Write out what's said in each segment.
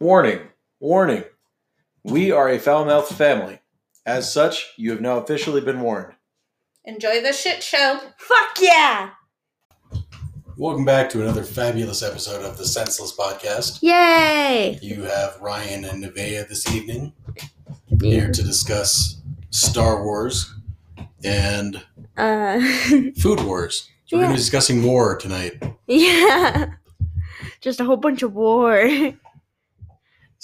Warning, warning. We are a foul mouthed family. As such, you have now officially been warned. Enjoy the shit show. Fuck yeah! Welcome back to another fabulous episode of the Senseless Podcast. Yay! You have Ryan and Nevaeh this evening here to discuss Star Wars and Uh, Food Wars. So we're going to be discussing war tonight. yeah. Just a whole bunch of war.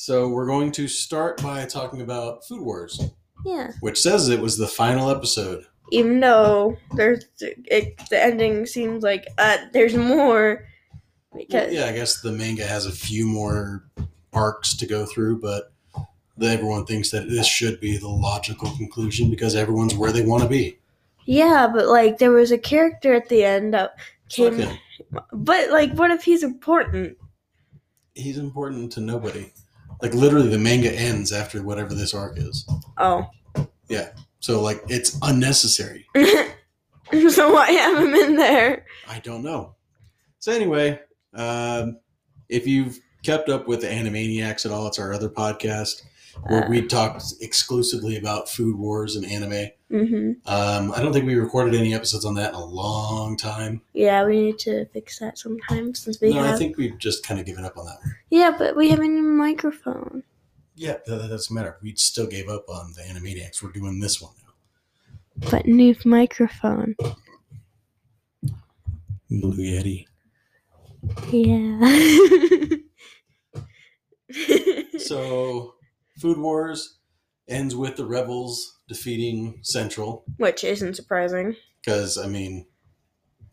So we're going to start by talking about Food Wars, yeah. which says it was the final episode. Even though there's it, the ending seems like uh, there's more because Yeah, I guess the manga has a few more arcs to go through, but everyone thinks that this should be the logical conclusion because everyone's where they want to be. yeah, but like there was a character at the end that came, Fuck him. but like what if he's important? he's important to nobody. Like literally, the manga ends after whatever this arc is. Oh, So like, it's unnecessary. so why have him in there? I don't know. So anyway, um, if you've kept up with the Animaniacs at all, it's our other podcast where we talked exclusively about food wars and anime. hmm Um, I don't think we recorded any episodes on that in a long time. Yeah, we need to fix that sometime since we no, have. I think we've just kind of given up on that one. yeah, but we have a new microphone. Yeah, that, that doesn't matter. We still gave up on the Animaniacs. We're doing this one now. But new microphone. Blue Yeti. Yeah. So, Food Wars ends with the rebels defeating Central Which isn't surprising. because I mean,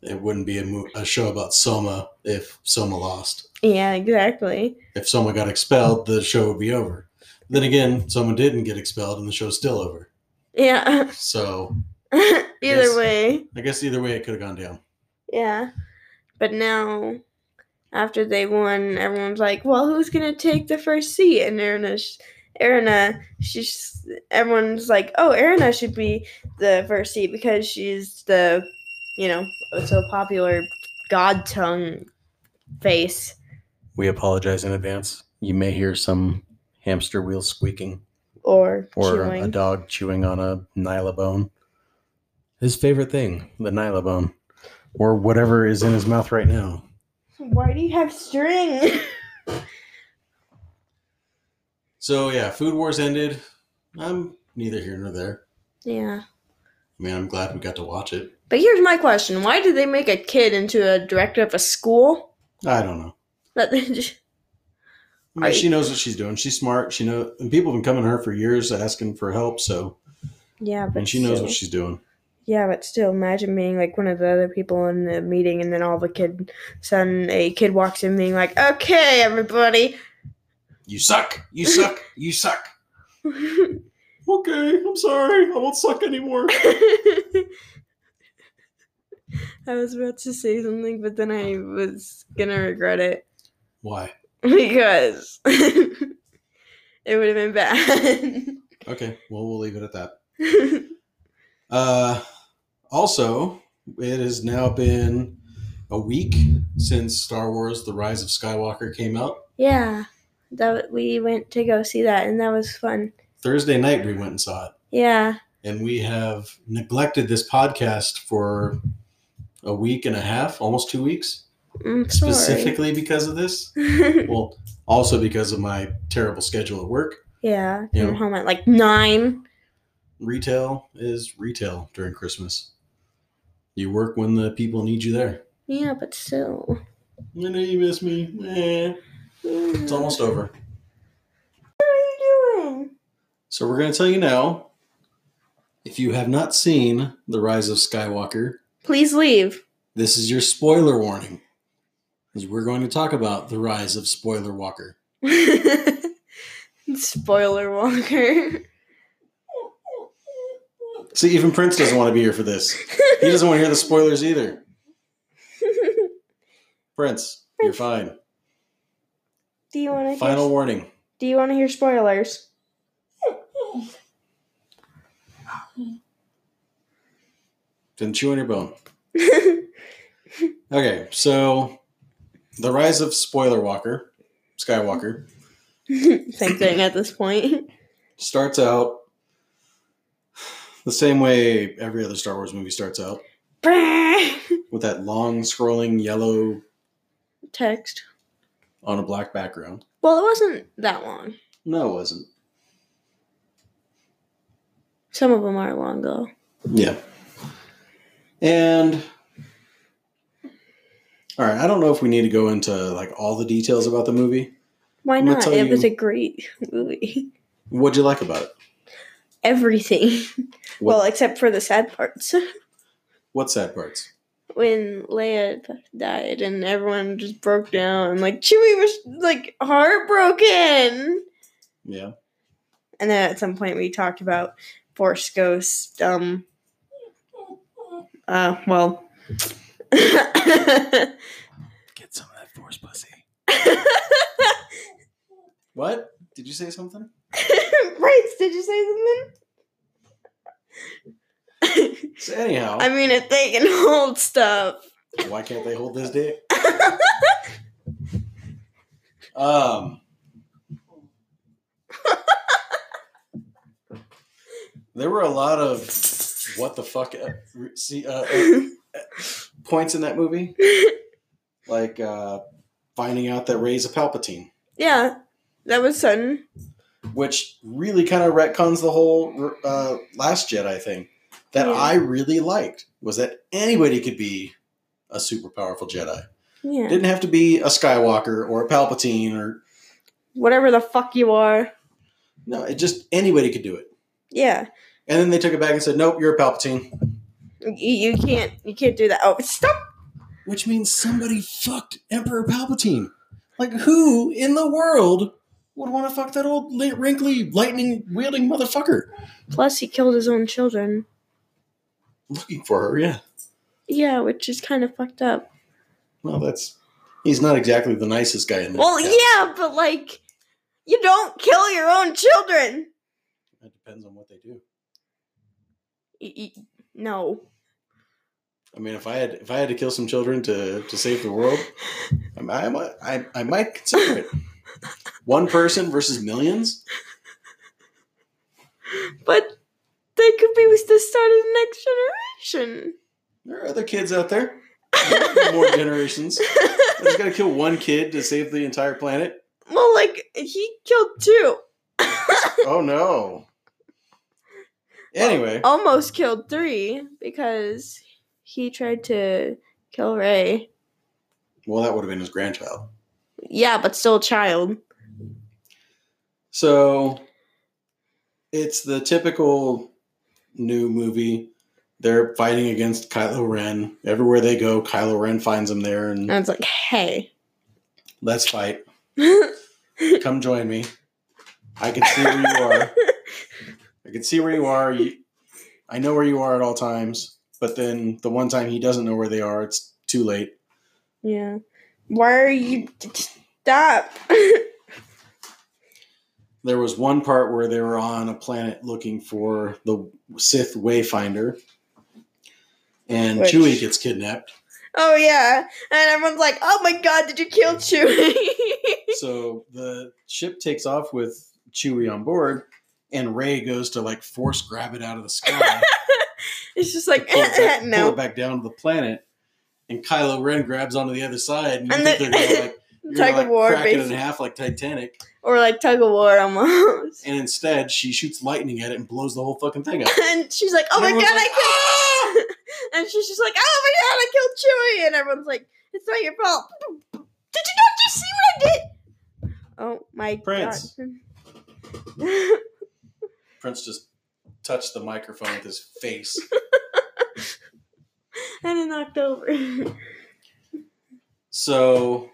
it wouldn't be a, mo- a show about Soma if Soma lost. Yeah, exactly. If Soma got expelled, the show would be over. Then again, Soma didn't get expelled, and the show's still over. Yeah. So Either Yes. way. I guess either way, it could have gone down. Yeah. But now, after they won, everyone's like, well, who's going to take the first seat? And Erina, sh- Erina, she's, everyone's like, oh, Erina should be the first seat because she's the, you know, so popular god tongue face. We apologize in advance. You may hear some hamster wheel squeaking or, or a chewing. dog chewing on a Nyla bone. His favorite thing, the Nyla bone, or whatever is in his mouth right now. Why do you have string? So yeah, Food Wars ended. I'm neither here nor there. yeah. I mean, I'm glad we got to watch it. But here's my question. Why did they make a kid into a director of a school? I don't know. That they just- I mean, she knows what she's doing. She's smart. She know, and people have been coming to her for years asking for help. So, yeah, but and she knows still. what she's doing. Yeah, but still imagine being like one of the other people in the meeting and then all the kid sudden a kid walks in being like, Okay, everybody You suck. You suck. You suck. Okay, I'm sorry. I won't suck anymore. I was about to say something, but then I was gonna regret it. Why? because it would have been bad. Okay. Well, we'll leave it at that. Uh, also, it has now been a week since Star Wars: The Rise of Skywalker came out. yeah, that we went to go see that, and that was fun. Thursday night, we went and saw it, Yeah, and we have neglected this podcast for a week and a half, almost two weeks, I'm sorry. specifically because of this. Well, also because of my terrible schedule at work. yeah, came Yeah. home at like nine. Retail is retail during Christmas. You work when the people need you there. Yeah, but still. I know you miss me. Eh. It's almost over. What are you doing? So we're going to tell you now. If you have not seen The Rise of Skywalker, Please leave. this is your spoiler warning. Because we're going to talk about The Rise of Spoiler Walker. Spoiler Walker. See, even Prince doesn't want to be here for this. He doesn't want to hear the spoilers either. Prince, you're fine. do you want to Final hear? warning. Do you want to hear spoilers? Didn't chew on your bone. Okay, so The Rise of Spoiler Walker, Skywalker, Same thing at this point. Starts out the same way every other Star Wars movie starts out with that long scrolling yellow Text. on a black background. Well, it wasn't that long. No, it wasn't. Some of them are long though. Yeah. And all right, I don't know if we need to go into like all the details about the movie. Why I'm gonna not? tell It was you- a great movie. What'd you like about it? Everything. What, Well, except for the sad parts. what sad parts? when Leia died and everyone just broke down and like Chewie was like heartbroken. Yeah. And then at some point we talked about Force Ghost. Um. Uh. Well. Get some of that force pussy. What? Did you say something? Bryce, did you say something? So anyhow, I mean, if they can hold stuff. why can't they hold this dick? Um There were a lot of what the fuck uh, re- see, uh, uh, points in that movie, like uh, finding out that Ray's a Palpatine, yeah, that was sudden. which really kind of retcons the whole uh, Last Jedi thing that Yeah. I really liked was that anybody could be a super powerful Jedi. Yeah. Didn't have to be a Skywalker or a Palpatine or Whatever the fuck you are. no, it just anybody could do it. Yeah. And then they took it back and said, "Nope, you're a Palpatine," You, you can't you can't do that. Oh, stop. which means somebody fucked Emperor Palpatine. Like, who in the world would want to fuck that old li- wrinkly lightning wielding motherfucker? Plus he killed his own children. looking for her. Yeah. Yeah, which is kind of fucked up. Well, that's he's not exactly the nicest guy in the Well, town. yeah, but like you don't kill your own children. It depends on what they do. Y- y- No. I mean, if I had if I had to kill some children to to save the world, I mi- I might I, I might consider it. One person versus millions. But they could be with the start of the next generation. There are other kids out there. More generations. I just gotta kill one kid to save the entire planet. well, like he killed two. Oh no. Anyway, Almost killed three because he tried to kill Ray. well, that would have been his grandchild. Yeah, but still a child. So it's the typical new movie. They're fighting against Kylo Ren. Everywhere they go, Kylo Ren finds them there and And it's like, hey. let's fight. Come join me. I can see where you are. I can see where you are. You, I know where you are at all times. But then the one time he doesn't know where they are, it's too late. yeah. Why are you stop? There was one part where they were on a planet looking for the Sith Wayfinder, and Which- Chewie gets kidnapped. oh yeah. And everyone's like, oh my god, did you kill Chewie? so the ship takes off with Chewie on board, and Ray goes to like force grab it out of the sky, it's just like pull, it back, pull no. it back down to the planet, and Kylo Ren grabs onto the other side, and, you And think the- they're gonna like, you're gonna, Tug like, of war crack it in basically. half like Titanic, Or like tug of war almost. and instead she shoots lightning at it and blows the whole fucking thing up. and she's like, oh my god, Everyone's like, "Ah!" I killed And she's just like, oh my god, I killed Chewie. And everyone's like, it's not your fault. Did you not just see what I did? Oh my Prince. god. Prince just touched the microphone with his face. and it knocked over. So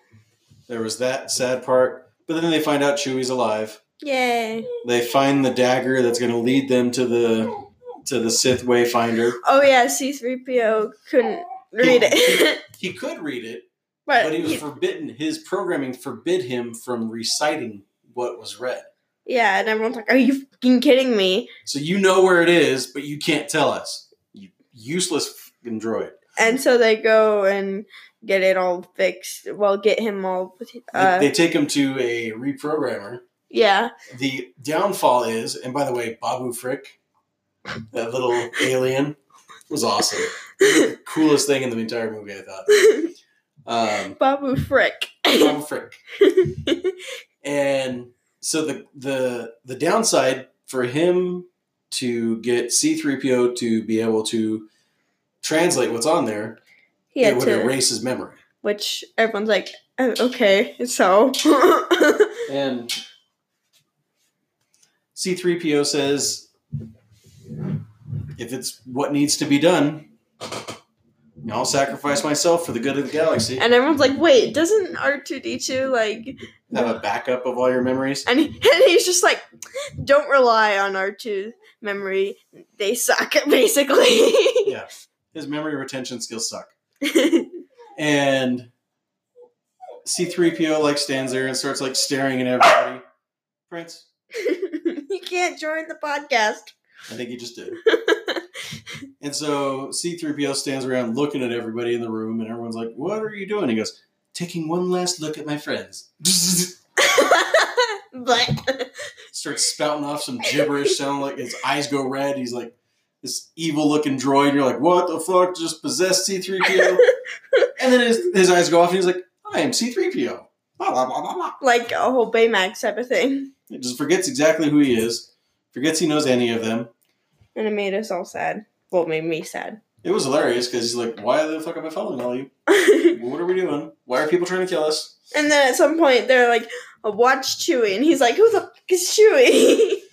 there was that sad part, but then they find out Chewie's alive. Yay. They find the dagger that's going to lead them to the to the Sith Wayfinder. Oh yeah, C3PO couldn't read it. He could read it, but but he was he- forbidden. His programming forbid him from reciting what was read. yeah, and everyone's like, "Are you fucking kidding me?" So you know where it is, but you can't tell us. You useless fucking droid. And so they go and get it all fixed. Well, get him all. They- Uh, they take him to a reprogrammer Yeah. The downfall is, and by the way, Babu Frick, that little alien, was awesome. Coolest thing in the entire movie, I thought. Um, Babu Frick. Babu Frick. And so the the the downside for him to get C3PO to be able to translate what's on there, he had it would to, erase his memory. which everyone's like, oh, okay, so. And C3PO says, if it's what needs to be done, I'll sacrifice myself for the good of the galaxy. and everyone's like, wait, doesn't R2D2 like. Have a backup of all your memories. And, he, and he's just like, don't rely on R2 memory. They suck, basically. His memory retention skills suck. And C3PO like stands there and starts like staring at everybody. Prince, you can't join the podcast. I think he just did. and so C3PO stands around looking at everybody in the room, and everyone's like, What are you doing? He goes, Taking one last look at my friends. but. Starts spouting off some gibberish, sounding like his eyes go red. He's like, This evil looking droid. You're like, What the fuck just possessed C3PO? and then his, his eyes go off, and he's like, I am C3PO. Blah, blah, blah, blah, blah. like a whole Baymax type of thing. He just forgets exactly who he is, forgets he knows any of them. And it made us all sad. Well, it made me sad. It was hilarious because he's like, Why the fuck am I following all you? and What are we doing? Why are people trying to kill us? then at some point, they're like, watch Chewie. And he's like, who the fuck is Chewie?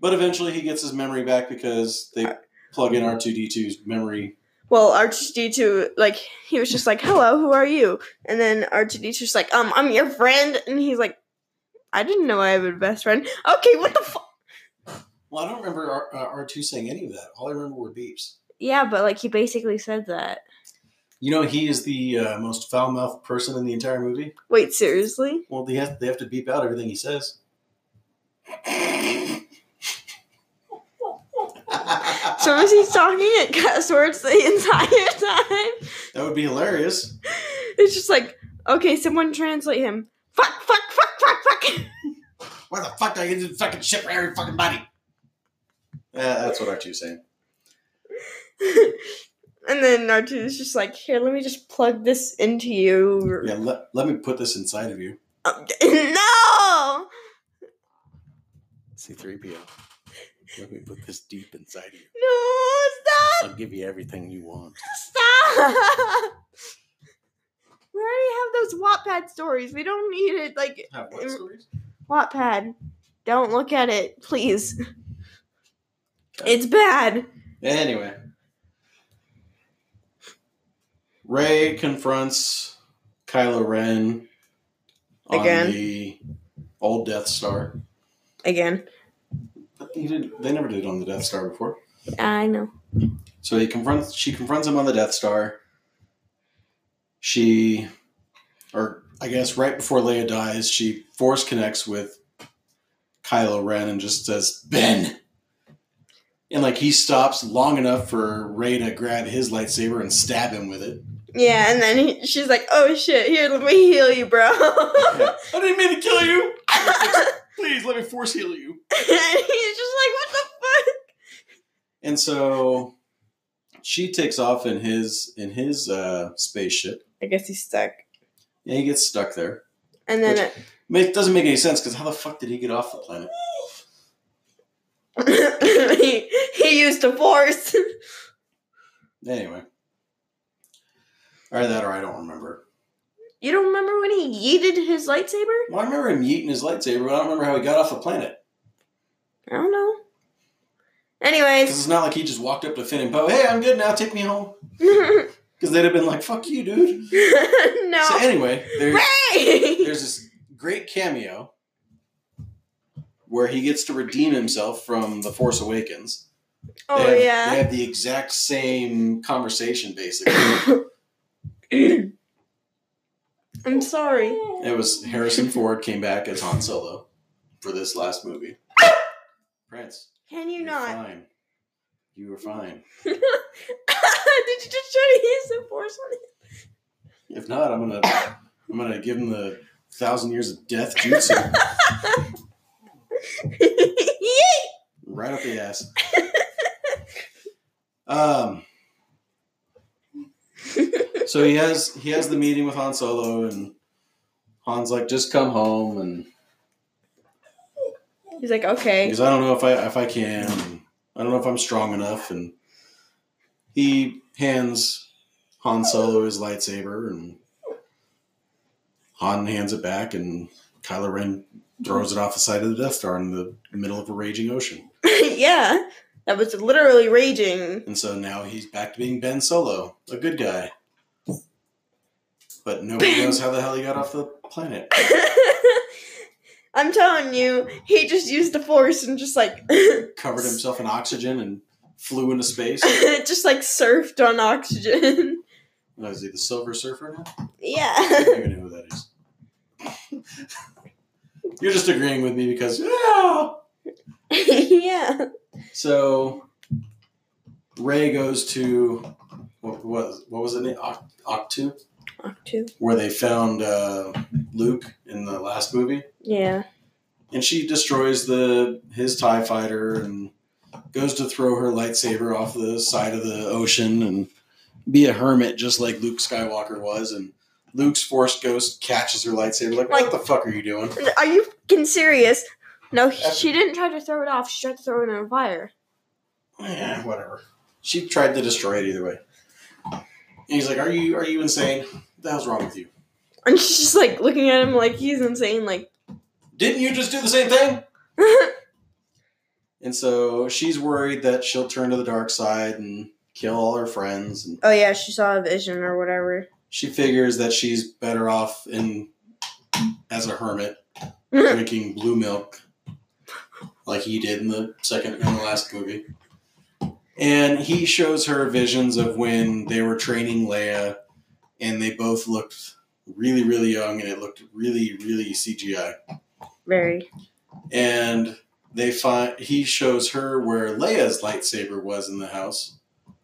But eventually he gets his memory back because they plug in R2D2's memory. well, R2D2, like, he was just like, hello, who are you? And then R2D2's like, um, I'm your friend. And he's like, I didn't know I have a best friend. Okay, what the fuck? Well, I don't remember R- uh, R2 saying any of that. All I remember were beeps. Yeah, but, like, he basically said that. You know, he is the uh, most foul mouthed person in the entire movie. Wait, seriously? Well, they have, they have to beep out everything he says. that So is he talking at cuss words the entire time? would be hilarious. It's just like, okay, someone translate him. Fuck, fuck, fuck, fuck, fuck. Why the fuck do I get this fucking shit for every fucking body? Uh, that's what R2's saying. and then R2 is just like, here, let me just plug this into you. Yeah, let, let me put this inside of you. Uh, no! C3PO. Let me put this deep inside of you. No, stop! I'll give you everything you want. Stop! we already have those Wattpad stories. We don't need it. Like, Have what stories? Wattpad. Don't look at it, please. It's bad. Anyway. Ray confronts Kylo Ren on Again. the old Death Star. Again. But He did, they never did on the Death Star before. I know. So he confronts she confronts him on the Death Star. She or I guess right before Leia dies, she force connects with Kylo Ren and just says, Ben. And like he stops long enough for Ray to grab his lightsaber and stab him with it. Yeah, and then he, she's like, oh shit, here, let me heal you, bro. I didn't mean to kill you. Please let me force heal you. and he's just like, what the fuck? And so she takes off in his in his uh, spaceship. I guess he's stuck. And he gets stuck there. And then Make, doesn't make any sense because how the fuck did he get off the planet? it, he, he used the force. Anyway. Or that, or I don't remember. You don't remember when he yeeted his lightsaber? Well, I remember him yeeting his lightsaber, but I don't remember how he got off the planet. I don't know. Because Anyways, it's not like he just walked up to Finn and Poe, hey, I'm good now, take me home. no. Because they'd have been like, fuck you, dude. So, anyway, there's, Ray! there's this great cameo where he gets to redeem himself from The Force Awakens. They Oh have- They yeah. have the exact same conversation, basically. I'm sorry. it was Harrison Ford came back as Han Solo for this last movie. Prince. Can you were not? Fine. You were fine. Did you just try to use the force on him? If not, I'm gonna I'm gonna give him the thousand years of death jutsu. right up the ass. um. So he has he has the meeting with Han Solo, and Han's like, "Just come home," and He's like, okay. because I don't know if I if I can, and I don't know if I'm strong enough, and he hands Han Solo his lightsaber, and Han hands it back, and Kylo Ren throws it off the side of the Death Star in the middle of a raging ocean, yeah. That was literally raging. and so now he's back to being Ben Solo, a good guy, but nobody knows how the hell he got off the planet. I'm telling you, he just used the force and just like Covered himself in oxygen and flew into space. just like surfed on oxygen. What Is he the Silver Surfer now? yeah. don't even know who that is. You're just agreeing with me because yeah. yeah. So Ray goes to what was what was it? name? Oct- Octu, Octu. where they found uh, Luke in the last movie, Yeah. and she destroys the his Tie Fighter and goes to throw her lightsaber off the side of the ocean and be a hermit just like Luke Skywalker was and. Luke's force ghost catches her lightsaber like, "What the fuck are you doing?" Are you fucking serious? No, she didn't try to throw it off. She tried to throw it on fire. Yeah, whatever. She tried to destroy it either way. And he's like, "Are you are you insane? What the hell's wrong with you? And she's just like looking at him like he's insane. Like, Didn't you just do the same thing?" And so she's worried that she'll turn to the dark side and kill all her friends. And oh yeah, she saw a vision or whatever. she figures that she's better off in as a hermit drinking blue milk like he did in the second and the last movie. And he shows her visions of when they were training Leia and they both looked really, really young and it looked really, really CGI. Very. And they find he shows her where Leia's lightsaber was in the house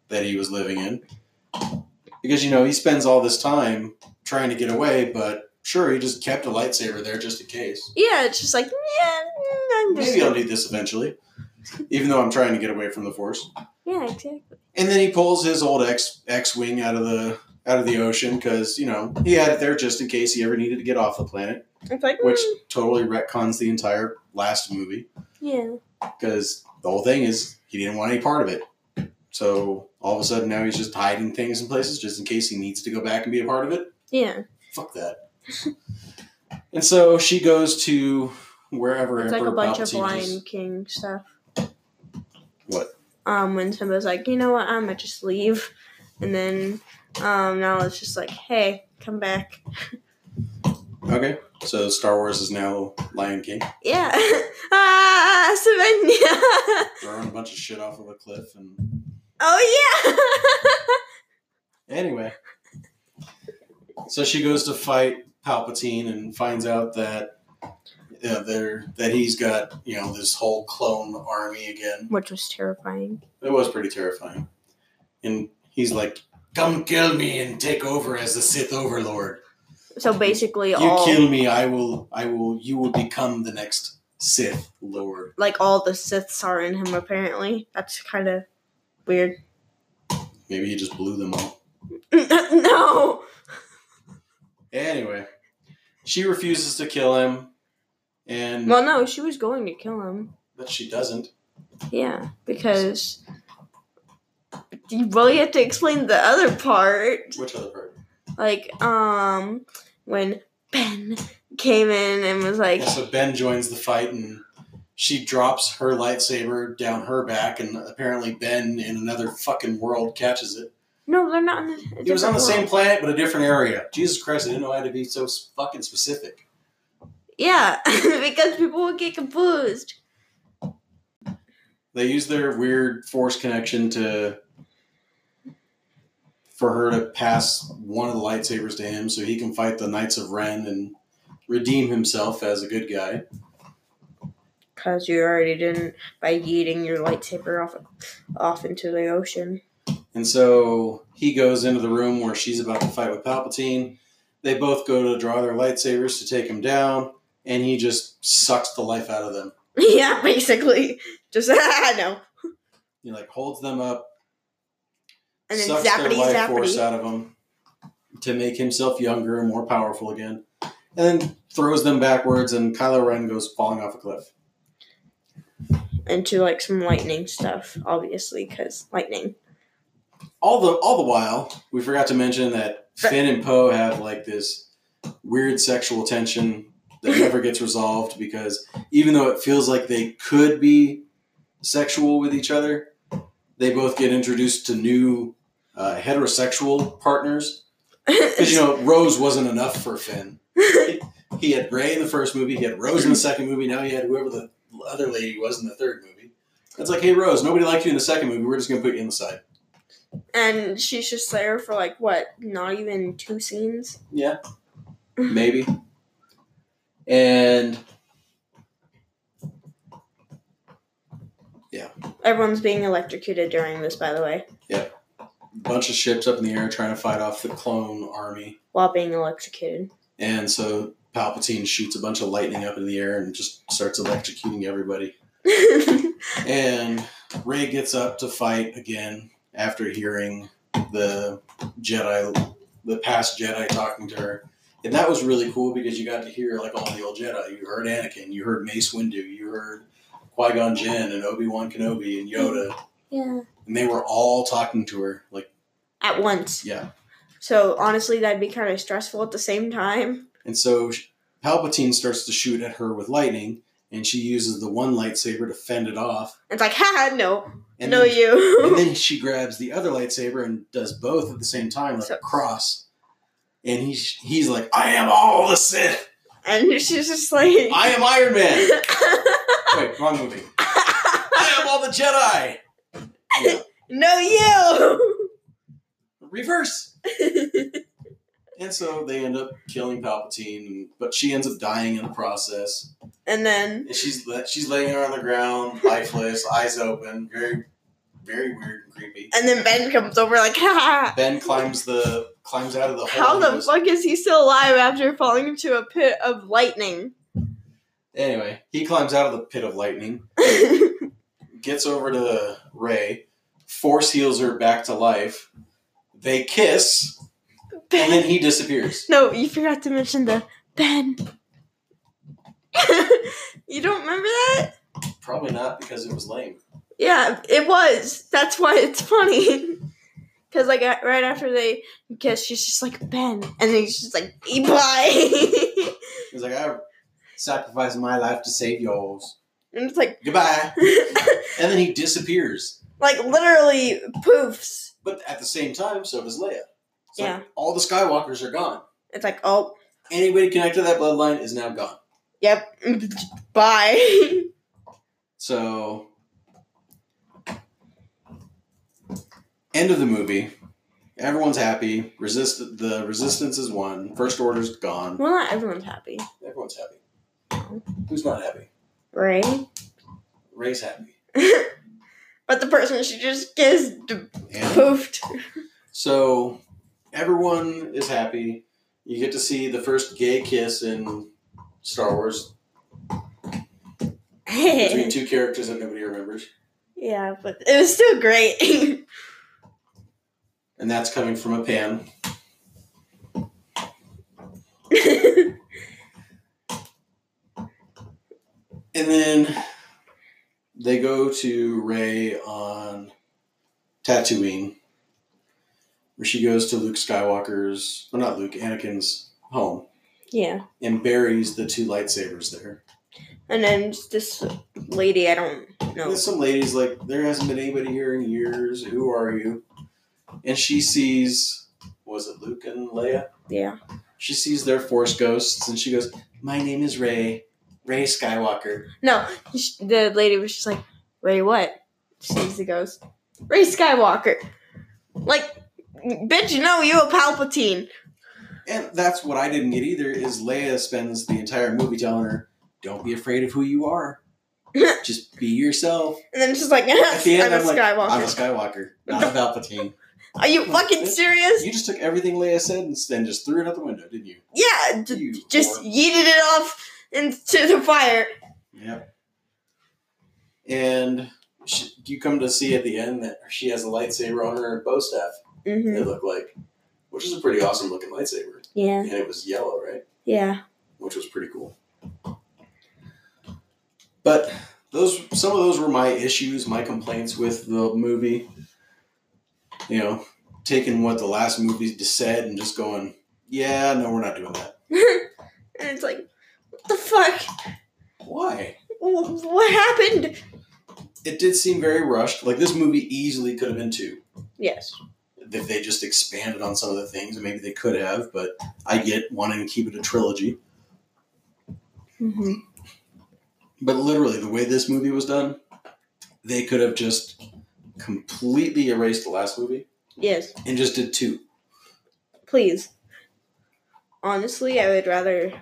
that he was living in. Because you know, he spends all this time trying to get away, but sure he just kept a lightsaber there just in case. Yeah, it's just like yeah, mm, I'm just Maybe I'll need this eventually, even though I'm trying to get away from the Force. yeah, exactly. And then he pulls his old X X wing out of the out of the ocean because you know he had it there just in case he ever needed to get off the planet, It's like which mm, totally retcons the entire last movie yeah, because the whole thing is he didn't want any part of it. So all of a sudden now he's just hiding things in places just in case he needs to go back and be a part of it. yeah. Fuck that. and so she goes to wherever It's like a Emperor bunch of Palpatine is. Lion King stuff. What? Um, when Simba's like, you know what, I'm gonna just leave, and then um, now it's just like, hey, come back. Okay, so Star Wars is now Lion King. Yeah. ah, Simba. throwing a bunch of shit off of a cliff and oh anyway so she goes to fight palpatine and finds out that uh, there that he's got you know this whole clone army yeah. again Which was terrifying. it was pretty terrifying and he's like come kill me and take over as the sith overlord So basically, you all kill me i will i will you will become the next sith lord like all the Siths are in him. Apparently, that's kind of weird. maybe he just blew them all no. Anyway, she refuses to kill him, and Well, no, she was going to kill him. but she doesn't. Yeah, because you really have to explain the other part. Which other part? Like, um, when Ben came in and was like, Yeah, so Ben joins the fight, and she drops her lightsaber down her back, and apparently Ben in another fucking world catches it. "No, they're not." In the, He was on the same planet, but a different area. Jesus Christ, I didn't know I had to be so s- fucking specific. Yeah, because people would get confused. They use their weird force connection to for her to pass one of the lightsabers to him, so he can fight the Knights of Ren and redeem himself as a good guy. Cause you already didn't by yeeting your lightsaber off off into the ocean. And so he goes into the room where she's about to fight with Palpatine. They both go to draw their lightsabers to take him down, and he just sucks the life out of them. yeah, basically. Just no. He like holds them up, And then sucks zappity their life force zappity. out of them to make himself younger and more powerful again, and then throws them backwards. And Kylo Ren goes falling off a cliff. Into like some lightning stuff, obviously, because lightning. All the all the while, we forgot to mention that But- Finn and Poe have like this weird sexual tension that never gets resolved because even though it feels like they could be sexual with each other, they both get introduced to new uh, heterosexual partners. Because you know, Rose wasn't enough for Finn. He had Ray in the first movie. He had Rose in the second movie. Now he had whoever the other lady was in the third movie. It's like, hey, Rose, nobody liked you in the second movie. We're just gonna put you in the side. and she's just there for like what? Not even two scenes. Yeah. Maybe. And Everyone's being electrocuted during this, by the way, a bunch of ships up in the air trying to fight off the clone army. while being electrocuted. And so Palpatine shoots a bunch of lightning up in the air and just starts electrocuting everybody. And Ray gets up to fight again after hearing the Jedi, the past Jedi talking to her. And that was really cool because you got to hear like all the old Jedi. You heard Anakin, you heard Mace Windu, you heard Qui Gon Jinn and Obi Wan Kenobi and Yoda, yeah. and they were all talking to her. Like, At once. yeah. So honestly, that'd be kind of stressful at the same time. And so sh- Palpatine starts to shoot at her with lightning, and she uses the one lightsaber to fend it off. It's like, haha, no, And no, then you. and then she grabs the other lightsaber and does both at the same time, like So- a cross. And he's he's like, I am all the Sith. And she's just like, I am Iron Man. Wait, wrong movie. I am all the Jedi. Yeah, no, you. reverse. And so they end up killing Palpatine, but she ends up dying in the process. and then, And she's le- she's laying there on the ground, lifeless, eyes open, very, very weird and creepy. and then Ben comes over like, haha. Ben climbs the climbs out of the hole. How he the goes- fuck is he still alive after falling into a pit of lightning? Anyway, he climbs out of the pit of lightning. gets over to Ray, force heals her back to life. They kiss, and then ben. he disappears. No, you forgot to mention the Ben. you don't remember that? Probably not because it was lame. Yeah, it was. That's why it's funny. Cause like a- right after they kiss, she's just like Ben, and then she's just like "Eh, bye, He's like, I sacrificed my life to save yours. and it's like Goodbye. And then he disappears. like literally poofs. But at the same time, so does Leia. It's like, Yeah. all the Skywalkers are gone. It's like oh Anybody connected to that bloodline is now gone. yep, bye. So, end of the movie. Everyone's happy. Resist the resistance is won. First order's gone. well, not everyone's happy, Everyone's happy. Who's not happy? right? Ray's happy. But the person she just kissed And poofed. so everyone is happy. You get to see the first gay kiss in Star Wars between two characters that nobody remembers. yeah, but it was still great. And that's coming from a pan. And then they go to Ray on Tatooine, where she goes to Luke Skywalker's, well, not Luke, Anakin's home, yeah. and buries the two lightsabers there. And then just this lady, I don't know. There's some ladies like, there hasn't been anybody here in years. Who are you? And she sees, was it Luke and Leia? Yeah. She sees their force ghosts, and she goes, "My name is Ray, Ray Skywalker." No, sh- the lady was just like, Ray, what? She sees the ghost. Ray Skywalker. Like, bitch, no, you a Palpatine. And that's what I didn't get either. Is Leia spends the entire movie telling her, "Don't be afraid of who you are, just be yourself." And then she's like, I'm At the end, a I'm, like, Skywalker. "I'm a Skywalker, not a Palpatine." Are you fucking serious? You just took everything Leia said and then just threw it out the window, didn't you? Yeah, d- You just whore. yeeted it off into the fire. Yep. and she, you come to see at the end that she has a lightsaber on her bow staff. hmm They look like, which is a pretty awesome looking lightsaber, Yeah. and it was yellow, right? Yeah. Which was pretty cool. But those some of those were my issues, my complaints with the movie. You know, taking what the last movie just said and just going, yeah, no, we're not doing that. and it's like, what the fuck? Why? Wh- What happened? it did seem very rushed. Like this movie easily could have been two Yes. if they just expanded on some of the things, and maybe they could have. But I get wanting to keep it a trilogy. hmm But literally, the way this movie was done, they could have just completely erased the last movie Yes. and just did two. Please. Honestly, I would rather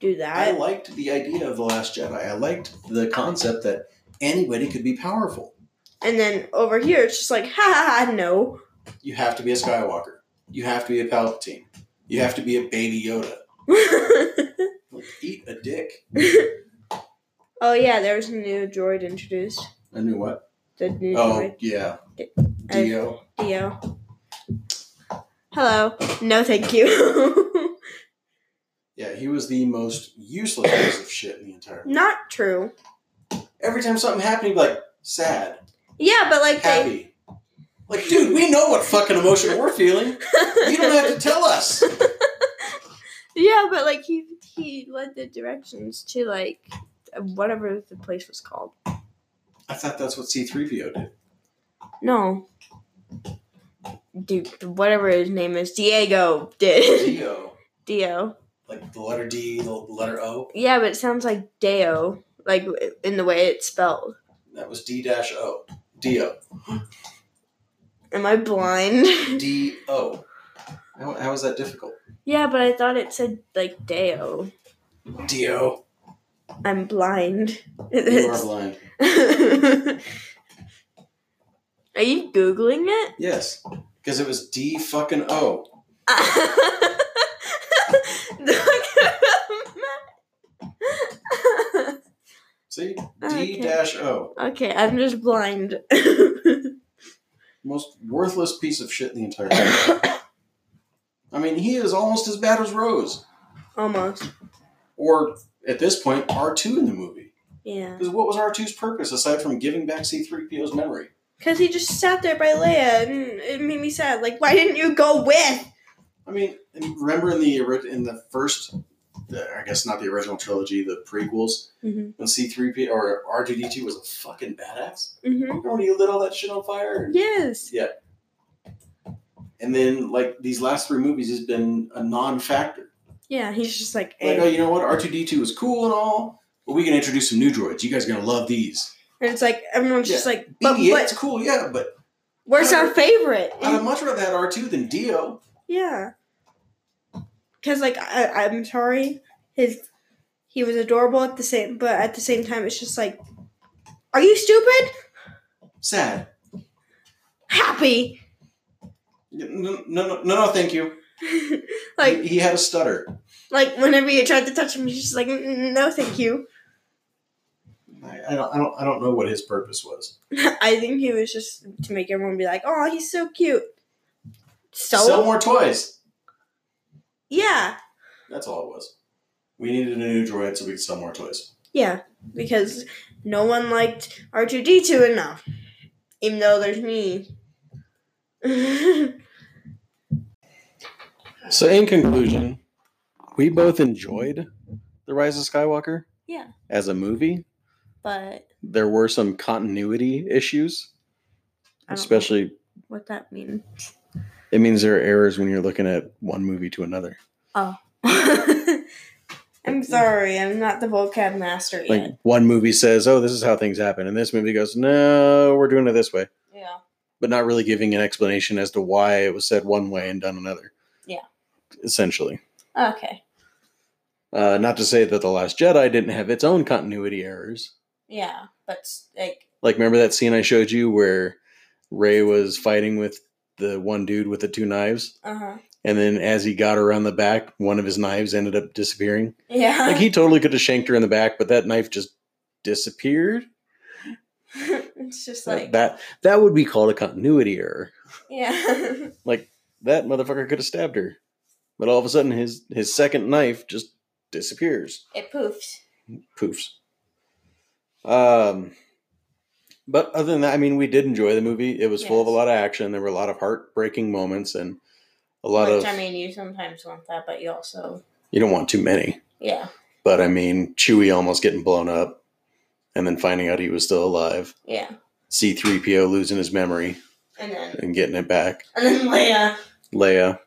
do I that. liked the idea of the Last Jedi. I liked the concept that anybody could be powerful. And then over here, it's just like, ha ha ha, no. You have to be a Skywalker. You have to be a Palpatine. You have to be a Baby Yoda. Like, eat a dick. oh, yeah, there was a new droid introduced. I knew what. The new Oh yeah, droid. Dio. Uh, Dio. Hello. No, thank you. Yeah, he was the most useless piece of shit in the entire. Not true. Every time something happened, he'd be like sad, Yeah, but like they. happy. Like, dude, we know what fucking emotion we're feeling. You don't have to tell us. Yeah, but like he he led the directions to like whatever the place was called. I thought that's what C three PO did. No. Dude, whatever his name is, Diego did. Dio, Dio. like the letter D, the letter O. Yeah, but it sounds like Deo, like in the way it's spelled. That was D dash O. Dio. Am I blind? D O. How, how is that difficult? yeah, but I thought it said like Deo. Dio. I'm blind. You are blind. Are you googling it? Yes, because it was D fucking O. See, D dash O. okay, I'm just blind. Most worthless piece of shit in the entire. World. I mean, he is almost as bad as Rose, Almost. or at this point, R2 in the movie. Yeah. Because what was R2's purpose aside from giving back C3PO's memory? Because he just sat there by Leia and it made me sad. Like, why didn't you go with? I mean, and remember in the ori- in the first, the, I guess not the original trilogy, the prequels, Mm when C3PO or R2D2 was a fucking badass. hmm. Mm hmm. Remember when he lit all that shit on fire? Yes. And then like these last three movies has been a non-factor. Yeah, he's just like, Like, oh, eh. you know what? R2D2 is cool and all, but we can introduce some new droids. You guys are gonna love these. and it's like, everyone's just like, but BB-8's what? cool, yeah, but Where's our favorite? I'd much rather had R2 than Dio. Yeah. Cause like I, I'm sorry, his he was adorable at the same, but at the same time, it's just like, are you stupid? Sad. Happy. No, no, no, no, no thank you. like he, he had a stutter. like whenever you tried to touch him, he's just like, "N- n- no, thank you. I, I don't, I don't, I don't know what his purpose was. I think he was just to make everyone be like, oh, he's so cute. So Sell more toys. yeah, That's all it was. We needed a new droid so we could sell more toys. yeah, because no one liked R two D two enough, even though there's me. So in conclusion, we both enjoyed The Rise of Skywalker. Yeah. As a movie, but there were some continuity issues, I don't know especially what that means. it means there are errors when you're looking at one movie to another. I'm sorry, I'm not the vocab master Like yet. one movie says, "Oh, this is how things happen," and this movie goes, "No, we're doing it this way," Yeah. but not really giving an explanation as to why it was said one way and done another. Yeah. essentially. Okay. Uh, not to say that the Last Jedi didn't have its own continuity errors. Yeah, but s- like, Like, remember that scene I showed you where Ray was fighting with the one dude with the two knives, uh huh. and then as he got around the back, one of his knives ended up disappearing. Yeah. Uh. Like he totally could have shanked her in the back, but that knife just disappeared. it's just That- like that that would be called a continuity error. yeah. That motherfucker could have stabbed her, but all of a sudden his his second knife just disappears, It poofed. poofs. Um, but other than that, I mean, we did enjoy the movie. It was full of a Yes. lot of action. There were a lot of heartbreaking moments and a lot Which of I mean, you sometimes want that, but you also, you don't want too many. yeah, But I mean, Chewie almost getting blown up, and then finding out he was still alive. yeah, C three PO losing his memory and then and getting it back. and then Leia. Leia,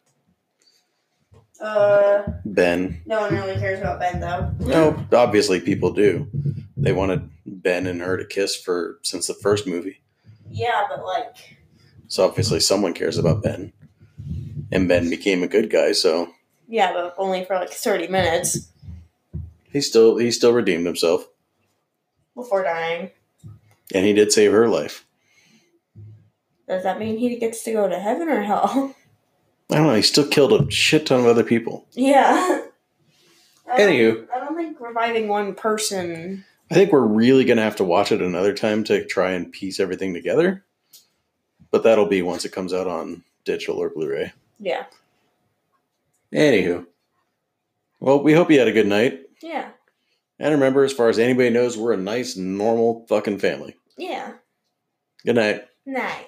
Uh, Ben. no one really cares about Ben though. No, obviously people do. They wanted Ben and her to kiss for since the first movie. Yeah, but like, So obviously someone cares about Ben. And Ben became a good guy, so yeah, but only for like thirty minutes he still he still redeemed himself. before dying. And he did save her life. Does that mean he gets to go to heaven or hell? I don't know, he still killed a shit ton of other people. Yeah. I don't- Anywho, I don't think reviving one person. I think we're really going to have to watch it another time to try and piece everything together. But that'll be once it comes out on digital or Blu ray. Yeah. Anywho, well, we hope you had a good night. Yeah. And remember, as far as anybody knows, we're a nice, normal fucking family. Yeah. Good night. Nice.